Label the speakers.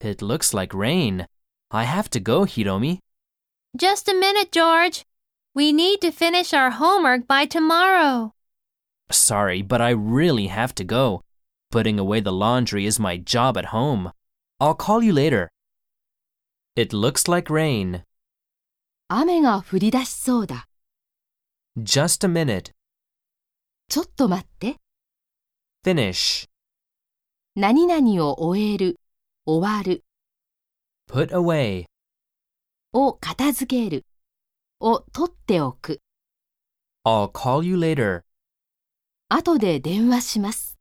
Speaker 1: It looks like rain. I have to go, Hiromi.
Speaker 2: Just a minute, George. We need to finish our homework by tomorrow.
Speaker 1: Sorry, but I really have to go. Putting away the laundry is my job at home. I'll call you later. It looks like rain.
Speaker 3: 雨が降り出しそうだ。
Speaker 1: Just a minute.
Speaker 3: ちょっと待って。
Speaker 1: Finish.
Speaker 3: 何々を終える、終わる、
Speaker 1: Put away.
Speaker 3: を片付ける、を取っておく。
Speaker 1: I'll call you later.
Speaker 3: 後で電話します。